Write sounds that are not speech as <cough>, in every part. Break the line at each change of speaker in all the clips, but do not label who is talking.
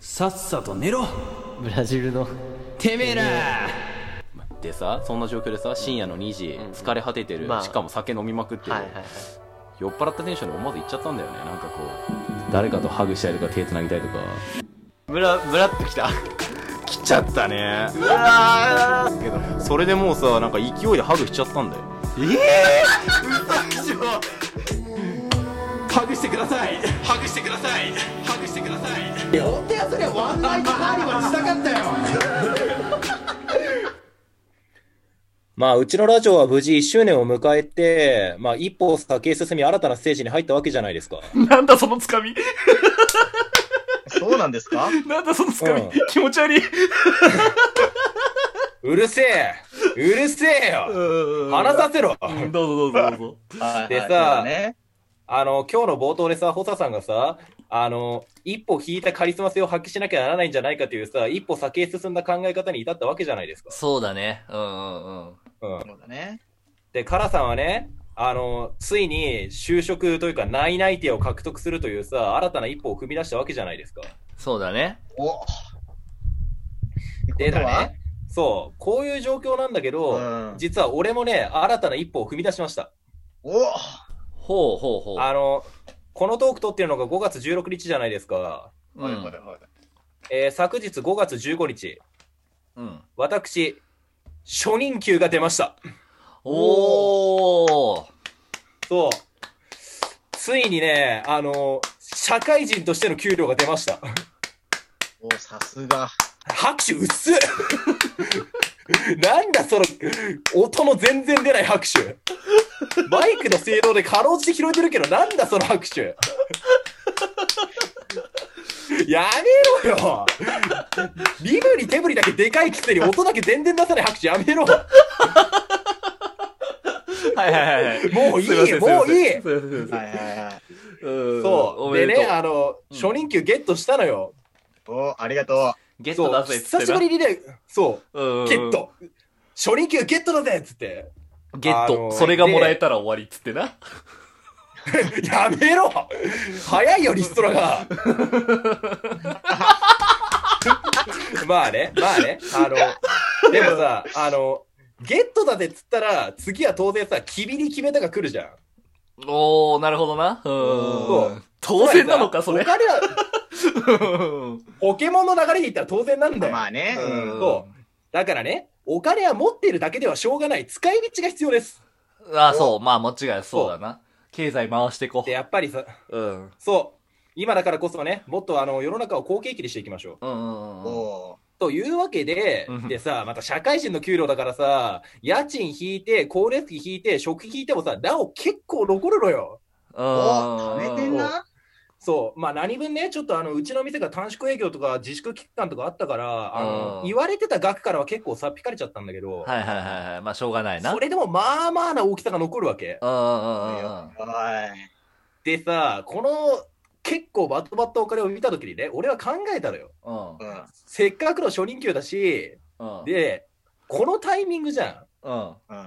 さっさと寝ろ
ブラジルの
てめえら
でさそんな状況でさ深夜の2時、
うん
疲れ果ててる、
まあ
しかも酒飲みまくってる、
はいはいはい
酔っ払ったテンションで思わず行っちゃったんだよねなんかこう誰かとハグしたいとか手つなぎたいとか
ブラブラっときた
<laughs> 来ちゃったね
うわ
けどそれでもうさなんか勢いでハグしちゃったんだよ
ハグしてくださいハグしてくださいハグしてください
まあ、うちのラジオは無事1周年を迎えて、まあ、一歩先へ進み、新たなステージに入ったわけじゃないですか。
なんだそのつかみ
そうなんですか
なんだそのつかみ、
うん
気持ち悪い。
<laughs> うるせえうるせえよ話させろ
うんどうぞどうぞどうぞ。
はい
でさ
はいそうだね。
あの、今日の冒頭でさ、ホサさんがさ、あの、一歩引いたカリスマ性を発揮しなきゃならないんじゃないかというさ、一歩先へ進んだ考え方に至ったわけじゃないですか。
そうだねうんうんうん
うん。
そうだね。
で、カラさんはね、あの、ついに就職というか内内定を獲得するというさ、新たな一歩を踏み出したわけじゃないですか。
そうだね
お
で、だね、そう、こういう状況なんだけど、
うん
実は俺もね、新たな一歩を踏み出しました。
お
ほうほうほう
あの、このトーク撮ってるのが5月16日じゃないですか。
う
はいはい
ん
はい。
えー昨日5月15日、
うん
私、初任給が出ました。
おー
そう。ついにね、あの、社会人としての給料が出ました。
おさすが。
拍手薄っなんだその、音の全然出ない拍手。マイクの性能でかろうじて拾えてるけど、なんだその拍手。やめろよ身振り手振りだけでかいくせに音だけ全然出さない拍手やめろ
はいはいはいはい。
もういい
すません
もういい
すませんすませんすま
はいはいはい。
せんうん
そ
お
う。
め
で
でとう
ね、あの、
うん
初任給ゲットしたのよ。
おありがと
ゲッ
そ
ト
う
だぜっつ
久
って
しぶりにね、そう。
うん
ゲット初任給ゲットだぜっつって。
ゲッ
あの
ト。それがもらえたら終わりっつってな。
<laughs> やめろ早いよ、リストラ
<laughs>
が。まあね、まあね。あの、でもさ、あの、ゲットだぜっつったら、次は当然さ、キビに決めたが来るじゃん。
おーなるほどな
そ
うん
う
当然なのか、それ
お。金は、
うん
ポケモンの流れで言ったら当然なん
う。
だよ。
まあね。
うん
そう。だからね、お金は持っているだけではしょうがない。使い道が必要です。
あーそうまあ間違いないそうだな経済回してこ
で、やっぱりさ、
ううん
そう。今だからこそね、もっとあの世の中を好景気にしていきましょう。
うんうんうんうん
お
というわけで
うん、
でさ、また社会人の給料だからさ、家賃引いて、光熱費引いて、食費引いてもさ、なお結構残るのよ。
お貯めてんな。
そう。まあ何分ね、ちょっとあの、うちの店が短縮営業とか自粛期間とかあったから、あの
う、ん
言われてた額からは結構さっぴかれちゃったんだけど、
はいはいはいはいまあしょうがないな
それでもまあまあな大きさが残るわけ。
うんうんうんうんうん
おい。
でさ、この結構バッとバッとお金を見た時にね、俺は考えたのよ。
うん
うん。
せっかくの初任給だし、
うん
で、このタイミングじゃん。
うん
うん。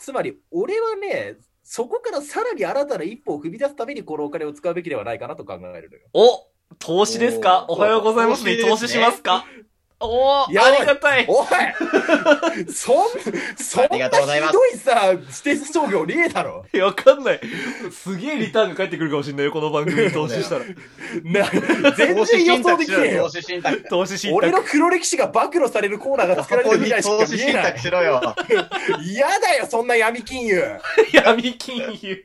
つまり俺はねそこからさらに新たな一歩を踏み出すためにこのお金を使うべきではないかなと考えるのよ。
お投資ですかお
おー
はようございますね。投
投資で
資
す
し
ね
ますかお
い
ー
や
ありがたい
おい
<laughs>
そんそん
あり
な
がとうございま
ひ
す
どいさ私鉄商業ねえだろ
いやわかんない。すげえリターンが返ってくるかもしんないよ、この番組に投資した
<laughs>
ら。
な全然予想できねえ
投
よ
資信託し
投資信託
俺
<laughs>
の黒歴史が暴露されるコーナーが作ら
ろ。
れて
ここ
る
に
みたいしか
投資
見え
信
な
託
い
しろよ。
嫌だよそんな闇金融
闇金融。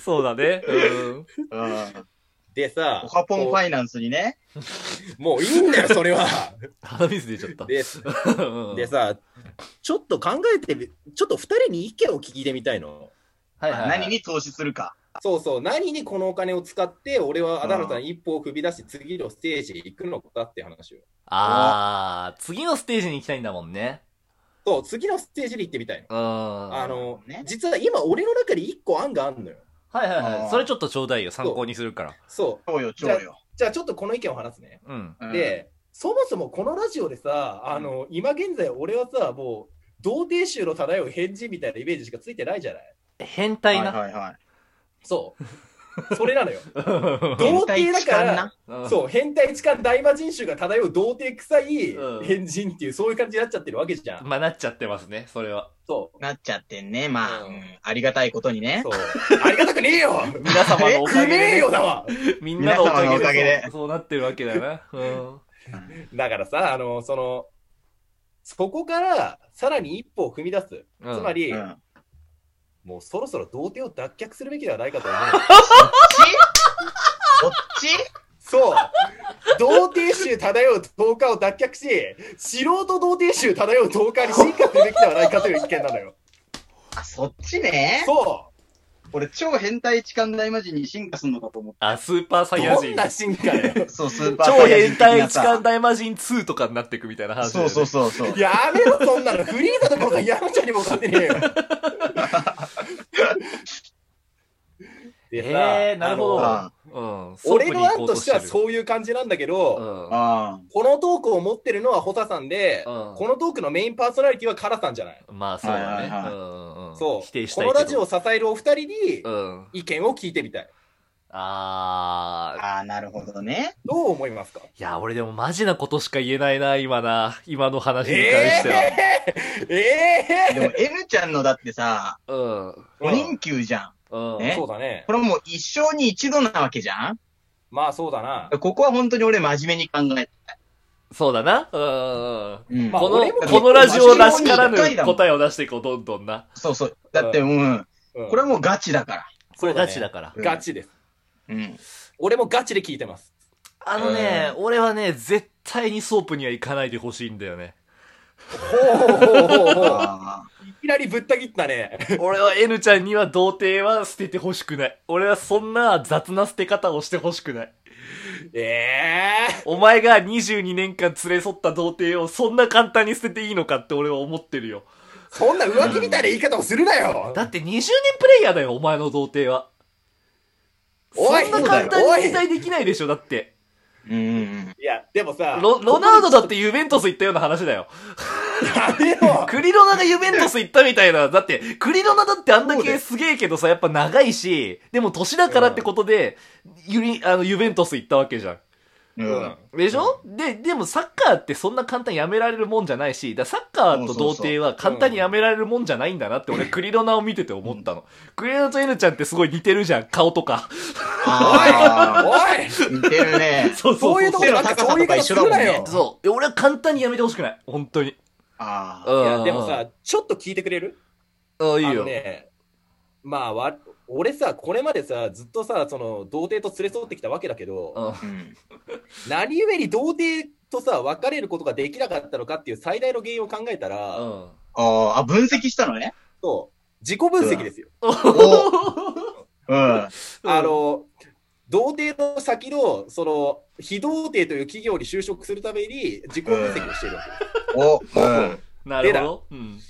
そうだね。うん。
うん。
でさ
オカポンファイナンスにね。
もういいんだよそれ
<laughs>
は
鼻水出ちゃった。
で
うん
でさちょっと考えてみちょっと2人に意見を聞いてみたいの
はいはいはい。
何に投資するか。
そうそう、何にこのお金を使って、俺は
うん
新たな一歩を踏み出して、次のステージへ行くのかって話を。
あー、次のステージに行きたいんだもんね。
そう、次のステージに行ってみたいの。
うん。あ
あ、の、
ね
実は今、俺の中に一個案があるのよ。
はいはいは
あ
い。
ー
それちょっとちょうだいよ。参考にするから。
そう。
超よ、超よ。
じゃあ、ちょっとこの意見を話すね。
うん。
うん、
で、そもそもこのラジオでさ、あの、今現在、俺はさ、もう、童貞臭の漂う返事みたいなイメージしかついてないじゃない
変態
はい
な。
はいはい。
そう。
<laughs>
それなのよ。童貞だか
変態痴漢
ら
な、
うん
そう、変態痴漢大魔人種が漂う童貞臭い
うん
変人っていう、そういう感じになっちゃってるわけじゃん。
<laughs> まあ、なっちゃってますね、それは。
そう。
なっちゃってんね。まあ、
う
うんんありがたいことにね
そ。う。ありがたくねえよ
皆様のおか
く
げで、
ねえ
ね。
よだわ
みんなのおかげで
皆様のおかげで
そうそうなってるわけだよな。うん。
だからさ、あの、その、そこからさらに一歩を踏み出す。つ
うん
まり、
うん。
もうそろそろ童貞を脱却するべきではないかと思う。
こっち <laughs>
そう。童貞臭漂う10日を脱却し、素人童貞臭漂う10日に進化するべきではないかという意見なのよ。
あ、そっちね。
そ
俺、超変態痴漢大魔人に進化すんのかと思っ
あ、スーパーサ
う。
イヤ
ど
人
ん。な進化だよ。
た。 <laughs> そう、スーパー
超
サイヤ人
変
的な
態痴
さ
漢大魔神2とかになっていくみたいな話だ
そ
よ
う
ね。
そうそうそう。
やめろ、そんなの。フリーザところが山ちゃんにも勝てねえよ。でさ
えーなるほど
う
あ
ん。
の
あ
うん。
俺の案としては
う。
そういう感じなんだけど、
うん。
あ。
このトークを持ってるのはホタさんで、
うん
このトークのメインパーソナリティはカラさんじゃない。
まあそうだね。
はいはいはい
うんうんうん。
そう。
否定したい
この
けど
ラジオを支えるお二人に
うん。
意見を聞いてみたい。
あー。
ああ、なるほどね。
どう思いますか
いや、俺でもマジなことしか言えないな、今な。今の話に関
え
しては。
えー、え
でも、N ちゃんのだってさ、
うん
お人級じゃん。
うん。うん。
え
そうだね。
これもう一生に一度なわけじゃん
まあそうだな。
ここは本当に俺真面目に考えて。
そうだな。うんうん。
うん。
まあ
この、
俺も
このラジオらしからぬ
真面目に一回だもん
答えを出していこう、どんどんな。
そうそう。だって、うん。
うん
これはもうガチだから。
これガチ
そう
だ
だ
から。
ガチです。
うん。
俺もガチで聞いて
<laughs>
ます。
あのね、俺はね、絶対にソープには行かないでほしいんだよね。
ほうほうほうほうほう。
あ
いきなりぶった切ったね。
<laughs>
<laughs>
俺は N ちゃんには童貞は捨ててほしくない。俺はそんな雑な捨て方をしてほしくない。
ええ
お前が22年間連れ添った童貞をそんな簡単に捨てていいのかって俺は思ってるよ。
そんな浮気みたいな言い方をするなよ。
だって20年プレイヤーだよ、お前の童貞は。
おい
そんな簡単に引退できないでしょ、だって。
ーうんうん。
いや、でもさ、
ロ、ロナウドだってユベントス行ったような話だよ。
やめろ。
<laughs> クリロナがユベントス行ったみたいな。だって、クリロナだってあんだけすげえけどさ、やっぱ長いし、でも年だからってことで、ユリ、あの、ユベントス行ったわけじゃん。
う
うんん。
でしょ、で、でもサッカーってそんな簡単にやめられるもんじゃないし、だサッカーと童貞は簡単にやめられるもんじゃないんだなって俺クリロナを見てて思ったの。クリロナとエヌちゃんってすごい似てるじゃん、顔とか。
あ
おい
あ、似てるね。
そう
そ
そうう
いう
そ
と
う。
こなんかそういう言い方するなよ。
そう。俺は簡単にやめてほしくない。本当に。
あ
う
あ。
ん
いや、でも、さ、ちょっと聞いてくれる
あいい
あの
よ。
ね、まあ、わ俺さ、これまでさ、ずっとさ、その、童貞と連れ添ってきたわけだけど、
うん
うん。
何故に童貞とさ、別れることができなかったのかっていう最大の原因を考えたら、
うん。
あーあ、分析したのね。
そう、自己分析ですよ。
おうん。
あの、童貞の先の、その、非童貞という企業に就職するために、自己分析をしてるわけです。
お、うん。
なるほど。うん。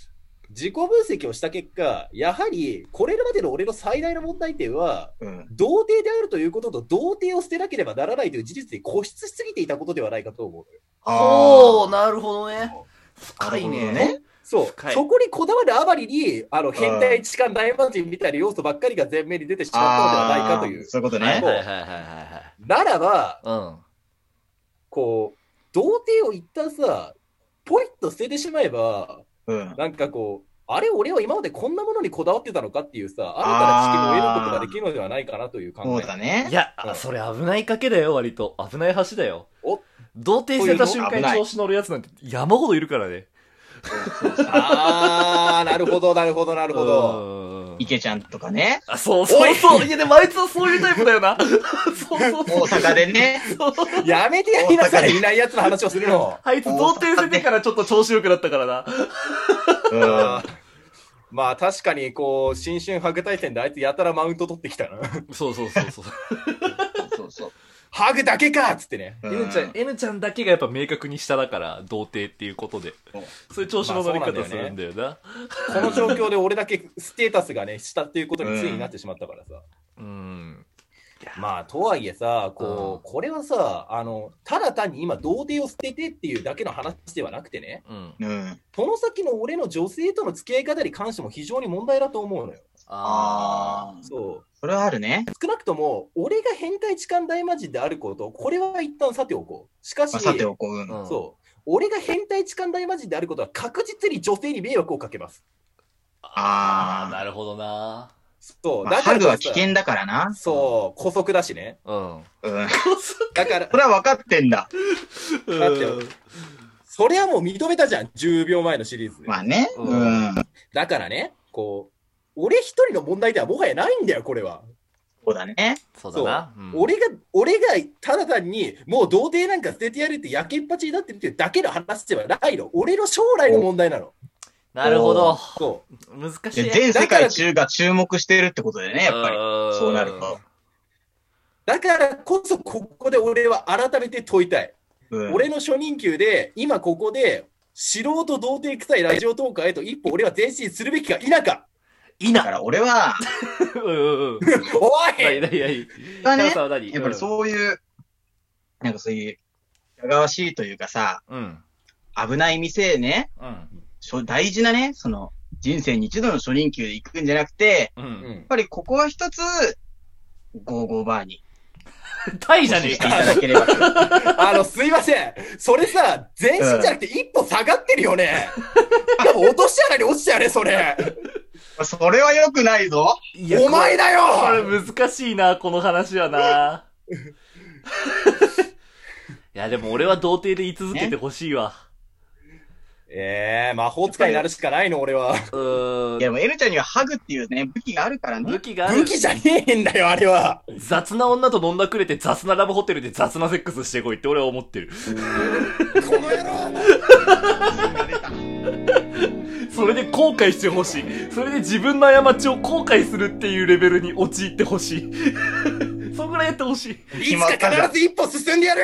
自己分析をした結果、やはり、これまでの俺の最大の問題点は、
うん。
童貞であるということと、童貞を捨てなければならないという事実に固執しすぎていたことではないかと思う。
お
あ
ー、なるほどね。深い
なるほど
ね
ね。
そう、
深い
そこにこだわるあまりに、あの、変態痴漢大魔人みたいな要素ばっかりが前面に出てしまったのではないかとい
あー
う。
そういうこと
はい
ね。
はいはいはいはい
ならば、
はい。
こう、童貞を一旦さ、ポイッと捨ててしまえば、
うん。
なんかこう、あれ、俺は今までこんなものにこだわってたのかっていうさ、新たな知見を得ることができるのではないかなという考
そう
え。
だ
うん。
ね
い。や、
うん
それ危ない賭けだよ、割と。危ない橋だよ。
お
童貞捨てた瞬
こういう
間
の危な
に
い
調子乗るやつなんて山ほどいるからね。
あー、なるほど、なるほど、なるほど。
ど
池ちゃんとかね。
あ、そうそうそう。いや、でもあいつはそういうタイプだよな。 <laughs> そうそう
大
そう。
阪でね。
やめてやりなさい、いないやつの話をするの。
あいつ童貞捨ててからちょっと調子良くなったからな。
うん。
あーまあ確かにこう、新春ハグ大戦であいつやたらマウント取ってきたな。
そうそうそうそう。
そうそう。
ハグだけかっつってね。
う
N ちゃん、N ちゃんだけがやっぱ明確に下だから、童貞っていうことで。そういう調子の乗り方するんだよな。
この状況で俺だけステータスがね、下っていうことについになってしまったからさ。
うん。
まあとはいえさ、こう、これはさ、あの、ただ単に今童貞を捨ててっていうだけの話ではなくてね、
うん。
うん。
その先の俺の女性との付き合い方に関しても非常に問題だと思うのよ。
ああ。
そう。
それはあるね。
少なくとも、俺が変態痴漢大魔人であること、これは一旦さておこう。しかし、
まあ、さておこう。うん
うん
そう。俺が変態痴漢大魔人であることは確実に女性に迷惑をかけます。
あ
あー、
あ。
なるほどな。
そう。
まあ、
だか
ハ
ら
グは危
さ
険だからな。
そう、古速だしね。
うん。
うん。
だから
そ、れは分かってんだ。
だってそれはもう認めたじゃん、10秒前のシリーズ。
まあね。
う
うんん。
だからね、こう、俺一人の問題ではもはやないんだよ、これは。
そうだね。
そうだな。うん
俺が、俺がただ単に、もう童貞なんか捨ててやるって、やけっぱちになってるっていうだけの話ではないの。俺の将来の問題なの。
なるほど。
そ
難しい。
で全世界中が注目してるってことだよね、やっぱり。
り
そうなると。。
う。だからこそ、ここで俺は改めて問いたい。
うん、
俺の初任給で、今ここで、素人童貞臭いラジオトーカーへと一歩俺は前進するべきか否か。
い
だ
な。
から俺は、
<laughs> うんうんう
お
ん。ないいない
<laughs>
な
俺
い。
は
キャ
ね
ンさ、んは何
やっぱりそういう、なんかそういう、やがわしいというかさ、
うん。
危ない店へね、
うん。
しょ大事なね、その、人生に一度の初任給で行くんじゃなくて、
う。
うんん
やっぱりここは一つ、ゴーゴーバーに、
タイじゃね
し
え
てい
か。
ただければ。
あの、すいません。それさ、全身じゃなくて一歩下がってるよね。しかも落とし穴に落ちたよね、それ。
<laughs> それは良くないぞ。
いや
お前だ
これこ
よ
れ難しいな、この話
<laughs>
はな。いや、でも俺は童貞で言い続けてほしいわ。
ええー、魔法使いになるしかないの、俺は。
うーん。
いや、でもエルちゃんにはハグっていうね、武器があるからね
武。器があ
武
る。
器じゃねえんだよ、あれは。
雑な女と飲んだくれて雑なラブホテルで雑なセックスしてこいって俺は思ってる。
この野郎
それで後悔してほしい。それで自分の過ちを後悔するっていうレベルに <laughs> 陥ってほしい。そんぐらいやってほしい。
いつか必ず一歩進んでやる